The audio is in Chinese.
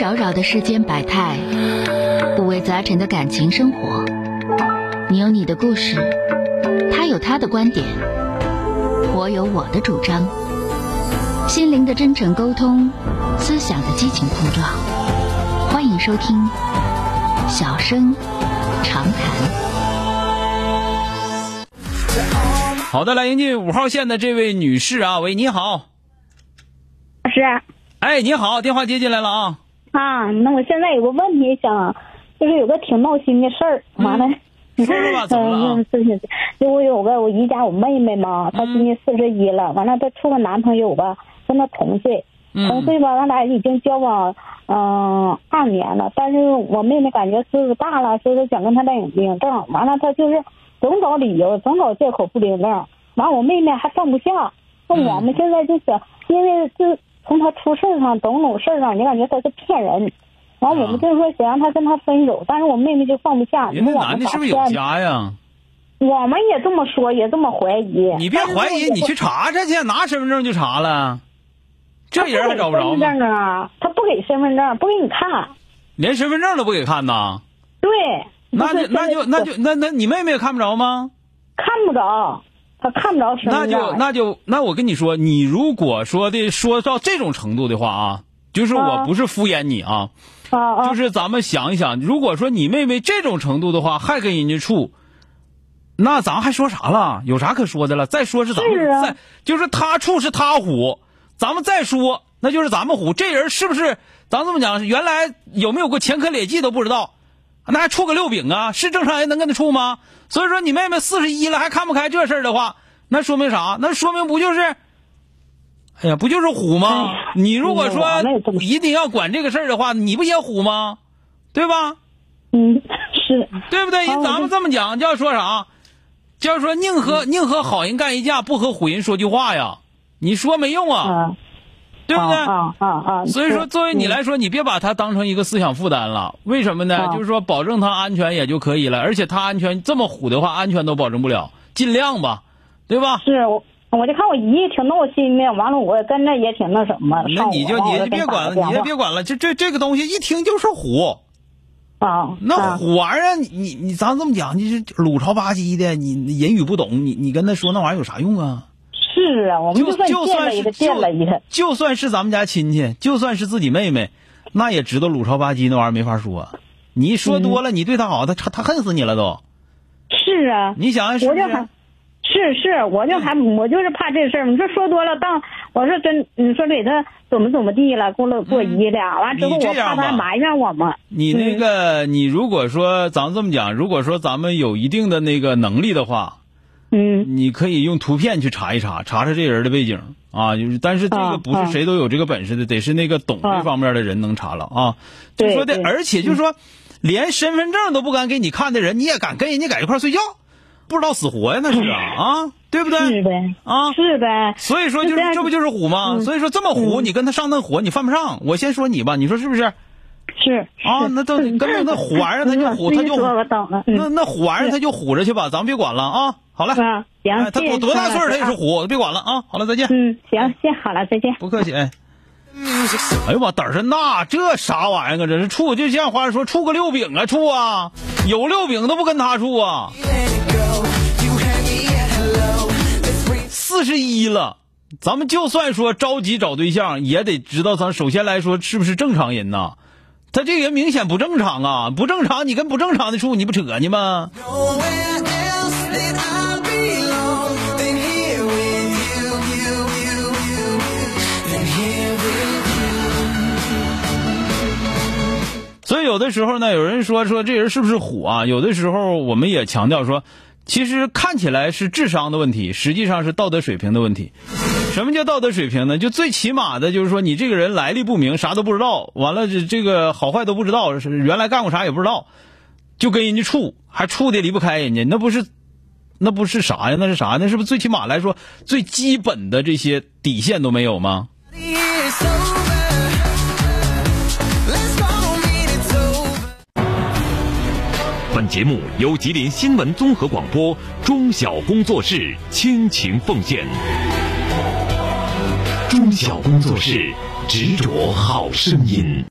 扰扰的世间百态，五味杂陈的感情生活。你有你的故事，他有他的观点，我有我的主张。心灵的真诚沟通，思想的激情碰撞。欢迎收听《小声长谈》。好的，来迎接五号线的这位女士啊，喂，你好，老师哎，你好，电话接进来了啊，啊，那我现在有个问题想，就是有个挺闹心的事儿，完了。嗯说说 吧，怎么了啊嗯？，是是，就我有个我姨家我妹妹嘛，她今年嗯四十一了，完了她处个男朋友吧，跟她同岁，同嗯岁吧，咱俩已经交往嗯、二年了，但是我妹妹感觉岁数大了，所以说想跟她领领证，完了她就是总找理由，总找借口不领证，完我妹妹还放不下，那嗯我们现在就想，因为就从她出事儿上种种事儿上，你感觉她是骗人。完，我啊们就是说想让她跟她分手，但是我妹妹就放不下。你人家说我男的们咋是不是有办呢家呀？我们也这么说，也这么怀疑。你别怀疑，你去查查去，拿身份证就查了，这人还找不着他给吗身份？证啊，他不给身份证，不给你看。连身份证都不给看呐？对，那不就是那就现在那就那那你妹妹也看不着吗？看不着，他看不着身那份证。就那就那我跟你说，你如果说的说到这种程度的话啊，就是我啊不是敷衍你啊，啊啊，就是咱们想一想，如果说你妹妹这种程度的话，还跟人家处，那咱还说啥了？有啥可说的了？再说是咱们是啊再就是他处是他虎，咱们再说那就是咱们虎。这人是不是？咱这么讲，原来有没有过前科劣迹都不知道，那还处个六饼啊？是正常人能跟他处吗？所以说你妹妹四十一了还看不开这事儿的话，那说明啥？那说明不就是？哎呀，不就是虎吗哎呀？你如果说我们啊也这么说一定要管这个事儿的话，你不也虎吗？对吧？嗯，是对不对？哦人咱们这么讲，要说啥？就要说宁和嗯宁和好人干一架，不和虎人说句话呀。你说没用啊，啊，对不对？啊啊啊！所以说，是作为你，来说，你别把他当成一个思想负担了。为什么呢？哦就是说，保证他安全也就可以了。而且他安全这么虎的话，安全都保证不了，尽量吧，对吧嗯？是我。我就看我姨挺闹心的，完了我跟着也挺那什么。那上午你就完你我就给别打管个了，你电就话别管了。这这这个东西一听就是虎，啊，那啊虎玩意儿，你你咱这么讲，你是鲁朝吧唧的，你你言语不懂，你你跟他说那玩意儿有啥用啊？是啊，我们就算就见算了一是个见了一个就，就算是咱们家亲戚，就算是自己妹妹，那也知道鲁朝吧唧那玩意儿没法说。你嗯说多了，你对他好，他他他恨死你了都。是啊，你想想是嗯我不就是还？是是，我就还我就是怕这事儿。你说说多了，当我说真，你说给他怎么怎么地了，给我给我姨俩，完之后嗯你这我怕样吧他埋怨我们。你那个，你如果说咱们这么讲，如果说咱们有一定的那个能力的话，嗯你可以用图片去查一查，查查这人的背景啊。就是，但是这啊个不是啊谁都有这个本事的，得是那个懂这啊方面的人能查了啊。就对说的对，嗯而且就是说，连身份证都不敢给你看的人，你也敢跟人家在一块儿睡觉，不知道死活呀？那是啊，啊，对不是对？呗，啊，嗯是呗，所以说就是就这样嗯这不就是虎吗？所以说这么虎，你跟他上那火，你犯不上。我先说你吧，你说是不是？是嗯啊，那都根本 那虎玩意儿，他就虎，他就你说我懂了，那嗯那虎玩意儿，他就虎着去吧，咱别管了啊。好了，哎啊，行，他谢谢多多大岁数他也是啊虎，别管了啊。好了，再见，嗯，行，谢好了，再见。不客气。哎哎呦我胆儿真大，这啥玩意儿啊？这是处，就像话说处个六饼啊，处啊，有六饼都不跟他处啊。四十一了，咱们就算说着急找对象，也得知道咱首先来说是不是正常人呐？他这个人明显不正常啊，不正常，你跟不正常的处，你不扯呢吗？ Nowhere else that I belong than here with you, you, you, you, than here with you. 所以有的时候呢，有人说说这人是不是虎啊？有的时候我们也强调说，其实看起来是智商的问题，实际上是道德水平的问题。什么叫道德水平呢？就最起码的就是说，你这个人来历不明，啥都不知道，完了这这个好坏都不知道，是原来干过啥也不知道，就跟人家处，还处的离不开人家，那不是那不是啥呀？那是啥？那是不是最起码来说最基本的这些底线都没有吗？ The year's over. Let's call it it's over. 本节目由吉林新闻综合广播中小工作室倾情奉献。中小工作室执着好声音。